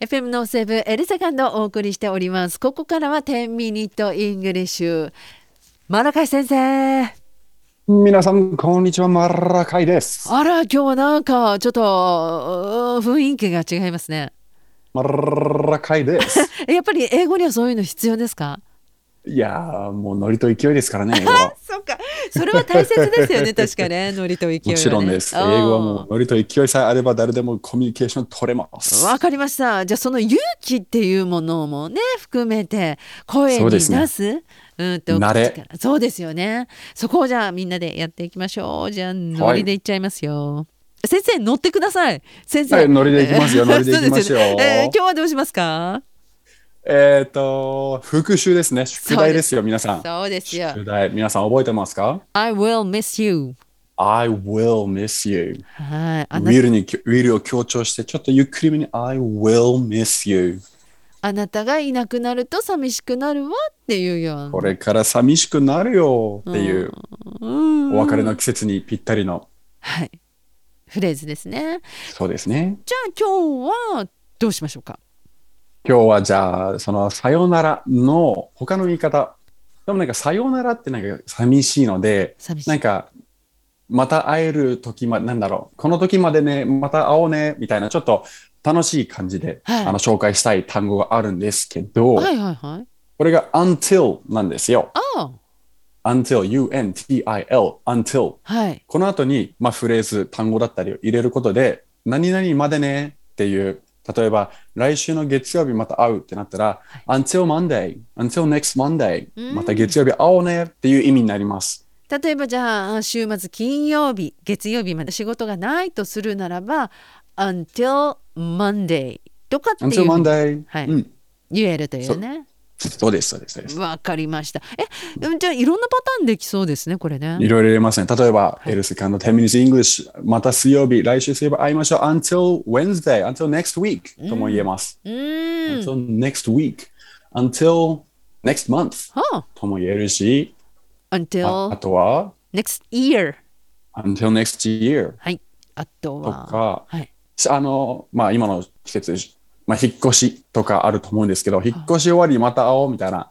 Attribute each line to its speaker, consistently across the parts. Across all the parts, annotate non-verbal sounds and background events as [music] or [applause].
Speaker 1: FM のセブエルセカンドをお送りしておりますここからは10ミニットイングリッシュマラカイ先生
Speaker 2: 皆さん、こんにちは、マラカイです。
Speaker 1: あら今日はなんかちょっとうー雰囲気が違いますね
Speaker 2: マラカイです。 [laughs]
Speaker 1: えやっぱり英語にはそういうの必要ですか
Speaker 2: いやー、もうノリと勢いですからね、英語は
Speaker 1: そうかそれは大切ですよね確かねノリ [laughs] と勢いはね
Speaker 2: もちろんです。英語はもうノリと勢いさえあれば誰でもコミュニケーション取れます。
Speaker 1: わかりました。じゃあその勇気っていうものもね含めて声
Speaker 2: そ
Speaker 1: に
Speaker 2: う
Speaker 1: 出。
Speaker 2: ですすね
Speaker 1: うんと
Speaker 2: 慣れ
Speaker 1: 口からそうですよね。そこをじゃあみんなでやっていきましょう。じゃあノリでいっちゃいますよ。先生乗ってください。先生、
Speaker 2: はいノリでいきますよノリでいきましょう
Speaker 1: [laughs] そですねえー今日はどうしますか。
Speaker 2: えっ、と、復習ですね。宿題ですよ、皆さん。
Speaker 1: そうですよ。
Speaker 2: 宿題、皆さん覚えてますか
Speaker 1: I will miss you。
Speaker 2: ?I will miss you.
Speaker 1: はい。あな
Speaker 2: will に、will を強調して、ちょっとゆっくりめに I will miss you。
Speaker 1: あなたがいなくなると寂しくなるわっていうような。
Speaker 2: これから寂しくなるよっていう、
Speaker 1: うん
Speaker 2: お別れの季節にぴったりの、
Speaker 1: はい。フレーズですね。
Speaker 2: そうですね。
Speaker 1: じゃあ今日はどうしましょうか。
Speaker 2: 今日はじゃあその「さよなら」の他の言い方でもなんか「さよなら」ってなんか寂しいので
Speaker 1: 寂しい
Speaker 2: なんかまた会える時まなんだろうこの時までねまた会おうねみたいなちょっと楽しい感じで、
Speaker 1: はい
Speaker 2: あの紹介したい単語があるんですけど、
Speaker 1: はいはいはい。
Speaker 2: これが「until」なんですよ
Speaker 1: ああ、
Speaker 2: 「until」「until」「until」
Speaker 1: はい。
Speaker 2: この後に、まあ、フレーズ単語だったりを入れることで「何々までね」っていう例えば来週の月曜日また会うってなったら「until Monday」「until next Monday
Speaker 1: う」ん
Speaker 2: また月曜日会おうねっていう意味になります。
Speaker 1: 例えばじゃあ週末金曜日、月曜日まで仕事がないとするならば、until Monday とかっていう
Speaker 2: until
Speaker 1: ふうに
Speaker 2: Monday、
Speaker 1: はい
Speaker 2: うん、
Speaker 1: 言えるというね。
Speaker 2: そうですそうですそうです。
Speaker 1: わかりました。え、うんじゃあいろんなパターンできそうですね、これね
Speaker 2: い。ろいろ入れますね。例えば、
Speaker 1: い
Speaker 2: エルセカンド10 minutes English、また水曜日、来週水曜日会いましょう。until Wednesday、until next week とも言えます。
Speaker 1: うーん。
Speaker 2: until next week、until next month
Speaker 1: は
Speaker 2: とも言えるし、
Speaker 1: あ、
Speaker 2: ああ
Speaker 1: until
Speaker 2: とは、
Speaker 1: next year。
Speaker 2: until next year
Speaker 1: はい。あと
Speaker 2: と
Speaker 1: は。
Speaker 2: か、
Speaker 1: はい。
Speaker 2: しあの、まあ今の季節、まあ引っ越しとかあると思うんですけど、引っ越し終わりまた会おうみたいな。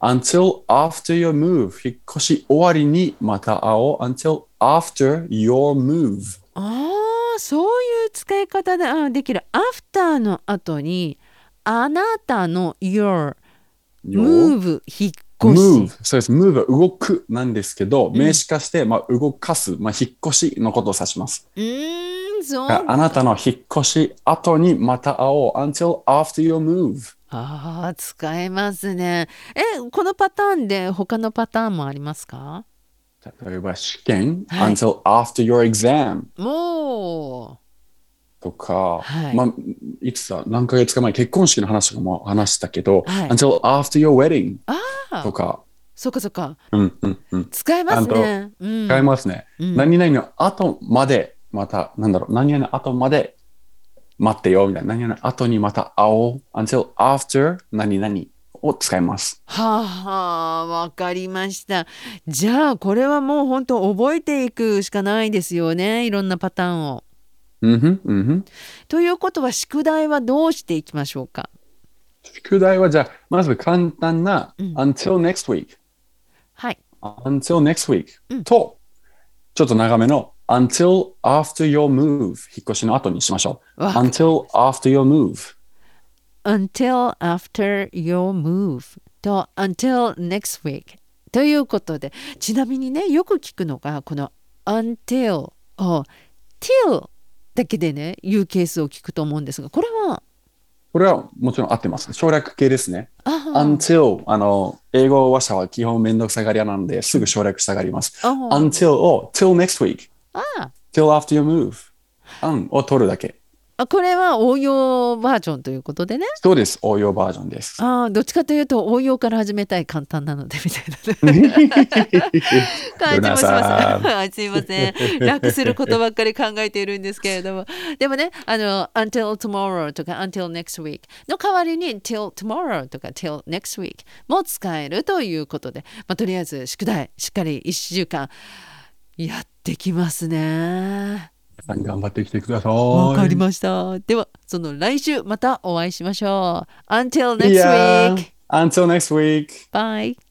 Speaker 2: until after your move 引っ越し終わりにまた会おう until after your move
Speaker 1: ああ、そういう使い方であできる。アフターの後に、あなたの your
Speaker 2: your
Speaker 1: move 引っ越
Speaker 2: move
Speaker 1: し。
Speaker 2: そうです move は動くなんですけど、名詞化して、まあ、動かす、まあ、引っ越しのことを指します
Speaker 1: うーん、そう。
Speaker 2: あなたの引っ越し後にまた会おう until after your move
Speaker 1: ああ、使えますね。え、このパターンで他のパターンもありますか
Speaker 2: 例えば試験、
Speaker 1: はい
Speaker 2: until after your exam
Speaker 1: も
Speaker 2: とか、
Speaker 1: はい
Speaker 2: まあ、いつだ、何ヶ月か前、結婚式の話とかも話したけど、
Speaker 1: はい
Speaker 2: until after your wedding
Speaker 1: う。ああ、
Speaker 2: とか、
Speaker 1: そっかそっか。
Speaker 2: うんうんうん。
Speaker 1: 使えますね。うん。
Speaker 2: 使えますね。
Speaker 1: うん
Speaker 2: 何々の後まで、また、なんだろう、何々の後まで待ってよ、みたいな。何々の後にまた会おう、until after 何々を使います。
Speaker 1: はあ、はあ、わかりました。じゃあ、これはもう本当覚えていくしかないですよね。いろんなパターンを。
Speaker 2: うんふん、うんふん。
Speaker 1: ということは宿題はどうしていきましょうか
Speaker 2: 宿題はじゃあ、まず簡単な、
Speaker 1: うん
Speaker 2: until next week。
Speaker 1: はい。
Speaker 2: until next week、
Speaker 1: うん
Speaker 2: と、ちょっと長めの until after your move 引っ越しの後にしましょう。
Speaker 1: わかり
Speaker 2: until after your move
Speaker 1: until after your move と until next week ということでちなみにねよく聞くのがこの until を till だけでね言うケースを聞くと思うんですがこれは
Speaker 2: これはもちろん合ってます。省略形ですね。
Speaker 1: あ
Speaker 2: until あの英語話者は基本めんどくさがり屋なのですぐ省略したがります。
Speaker 1: あー
Speaker 2: until を till next week
Speaker 1: あ
Speaker 2: till after your move un を取るだけ。
Speaker 1: あこれは応用バージョンということでね
Speaker 2: そうです。応用バージョンです。
Speaker 1: あーどっちかというと応用から始めたい簡単なのでみたいなね感じもしま
Speaker 2: ヨナ
Speaker 1: す。はい、すいません。楽することばっかり考えているんですけれども。でもね、あの、until tomorrow とか until next week の代わりに till tomorrow とか till next week も使えるということで、まあ、とりあえず宿題、しっかり1週間やってきますね。
Speaker 2: 皆さん頑張ってきてください。
Speaker 1: わかりました。では、その来週またお会いしましょう。Until next
Speaker 2: Yeah.
Speaker 1: week!
Speaker 2: Until next week.
Speaker 1: Bye!